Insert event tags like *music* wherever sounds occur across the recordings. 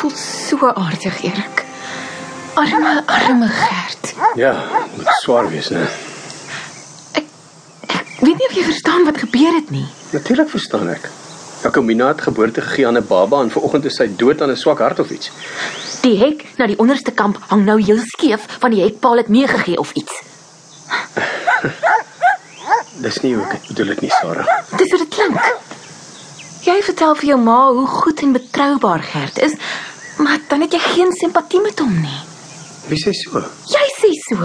voel so aardig, Erik. Arme, arme Gert. Ja, moet swaar wees, né? Weet nie of jy verstaan wat gebeur het nie. Natuurlik Ja, verstaan ek. Jakomina het geboorte gegee aan 'n baba en vanoggend is sy dood aan 'n swak hart of iets. Die hek na die onderste kamp hang nou heel skeef van die hekpaal het meegegee of iets. Dis nie hoe ek dit bedoel het nie, Sarah. Dis hoe dit klink. Jy vertel vir jou ma hoe goed en betroubaar Gert is, maar dan het jy geen simpatie met hom nie. Wie sê so? Jy sê so.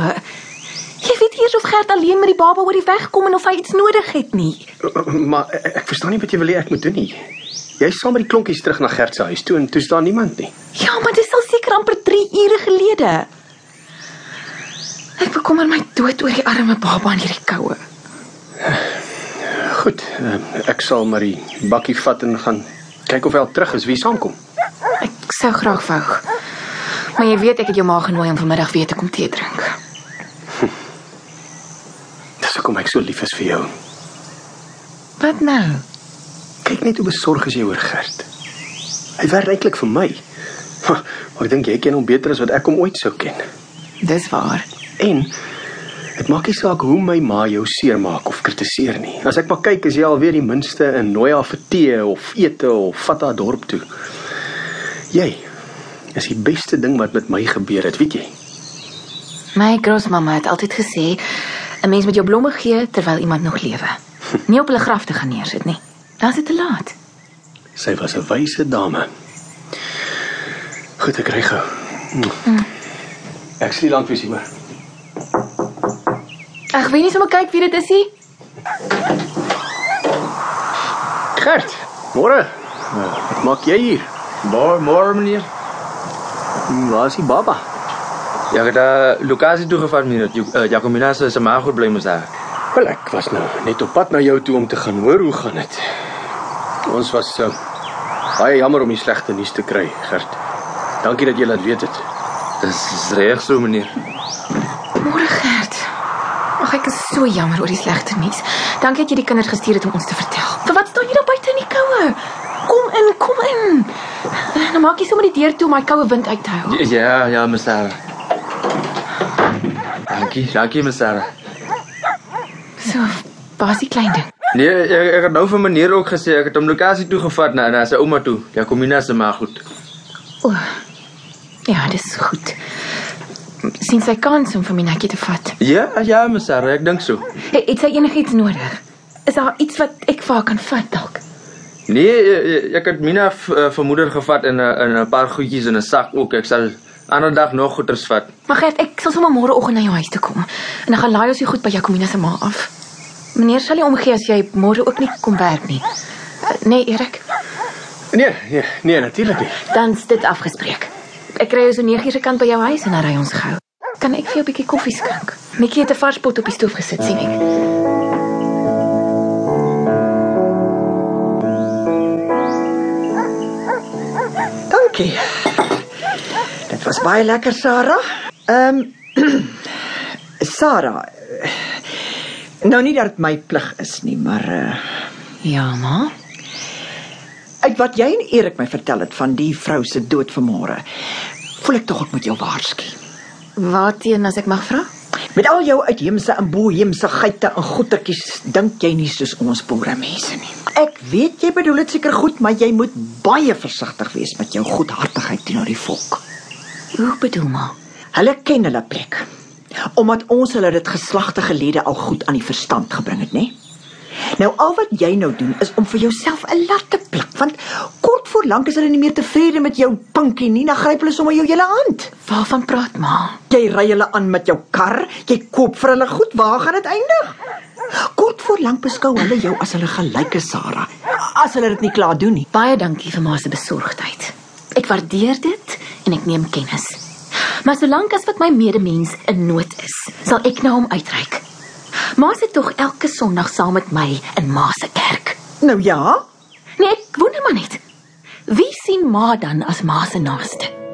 Jy weet eers of Gert alleen met die baba oor die weg kom en of hy iets nodig het nie. Maar ek, ek verstaan nie wat jy wil hê ek moet doen nie. Jy is saam met die klonkies terug na Gert se huis toe en toe staan niemand nie. Ja, maar dis al seker amper 3 ure gelede. Ek bekommer my dood oor die arme baba in hierdie koue. Goed, eh, ek sal maar die bakkie vat en gaan kyk of hy al terug is wie saamkom. Ek sou graag wou. Maar jy weet ek het jou ma genooi om vanmiddag weer te kom tee drink. Dis hoekom ek so lief is vir jou. Wat nou? Kyk net hoe besorg is jy oor Gert. Hy werk eintlik vir my. *laughs* Maar ek dink jy ken hom beter as wat ek hom ooit sou ken. Dis waar. En dit maak nie saak hoe my ma jou seermaak of kritiseer nie. As ek maar kyk, is jy alweer die minste en nooi haar vir tee of ete of vat haar dorp toe. Jy is die beste ding wat met my gebeur het, weet jy? My grootmamma het altyd gesê 'n mens moet jou blomme gee terwyl iemand nog lewe. Nie op hulle graf te gaan neersit nie. Dan is dit te laat. Sy was 'n wyse dame. Goed, ek kry gou. Ek sien lank vir sy hoor. Ag, weet nie sommer kyk wie dit is nie. Gert, môre. Ja, Wat maak jy hier? Môre, môre meneer. Hmm, Waar is die baba? Ja, ek het uh, Lucasie toegevat meneer. Jo- eh, Jacomina se se maag goed bly mos daar. Wel, ek was nou net op pad na jou toe om te gaan hoor hoe gaan dit. Ons was uh, baie jammer om die slegte nuus te kry, Gert. Dankie dat jy laat weet het. Dis is reg so meneer. Môre Gert. Ag, ek is so jammer oor die slegte nuus. Dankie dat jy die kinders gestuur het om ons te vertel. Vir wat staan jy daar buite in die koue? Kom in, kom in. Nou maak jy sommer die deur toe om my koue wind uit te hou. Ja, ja, meneer Sarah. Dankie, dankie meneer Sarah. So, basie klein ding. Nee, ek, ek het nou vir meneer ook gesê ek het hom Lucasie toegevat na na sy ouma toe. Jacomina se maag goed. O. Ja, dis goed. Sien sy kans om vir my netjie te vat. Ja, ja meneer Sarah, ek dink so. Het, het sy enigiets nodig? Is daar iets wat ek vir haar kan vat dalk? Nee, eh, eh, ek het Mina v- eh, vir moeder gevat in 'n in 'n paar goedjies in 'n sak ook. Ek sal ander dag nog goeders vat. Maar Gert, ek sal sommer môreoggend na jou huis toe kom en dan gaan laai ons jou goed by Jacomina se ma af. Meneer sal nie omgee as jy môre ook nie kom werk nie. Eh, Nee, Erik, Nee, nee, nee, natuurlik nie. dan is dit afgespreek. Ek kry jou so 9 uur se kant by jou huis en dan ry ons gou. Kan ek vir jou 'n bietjie koffie skink? Netjie het 'n vars pot op die stoof gesit, sien ek. Dankie. Dit was baie lekker, Sarah. Ehm *clears throat* Sarah. eh, Nou nie dat dit my plig is nie, maar uh, Ja, ma. uit wat jy en Erik my vertel het van die vrou se dood vanmôre, voel ek tog ek moet jou waarsku. Waarteen as ek mag vra? Met al jou uitheemse en boheemse geite en goetertjies, dink jy nie soos ons boere mense nie. Ek weet jy bedoel dit seker goed, maar jy moet baie versigtig wees met jou goedhartigheid teenoor die volk. Hoe bedoel ma? Hulle ken hulle plek. Omdat ons hulle dit geslagte gelede al goed aan die verstand gebring het, nê? Nou al wat jy nou doen is om vir jouself 'n lat te plak, want kort voor lank is hulle nie meer tevrede met jou pinkie nie, dan gryp hulle sommer jou hele hand. Waarvan praat ma? Jy ry hulle aan met jou kar, jy koop vir hulle goed, waar gaan dit eindig? Kort voor lank beskou hulle jou as hulle gelyke Sarah, as hulle dit nie klaar doen nie. Baie dankie vir ma se besorgdheid. Ek waardeer dit en ek neem kennis. Maar solank as wat my medemens in nood is, sal ek na hom uitreik. Ma sit tog elke Sondag saam met my in ma se kerk. Nou ja, Nee, ek wonder maar net. Wie sien ma dan as ma se naaste?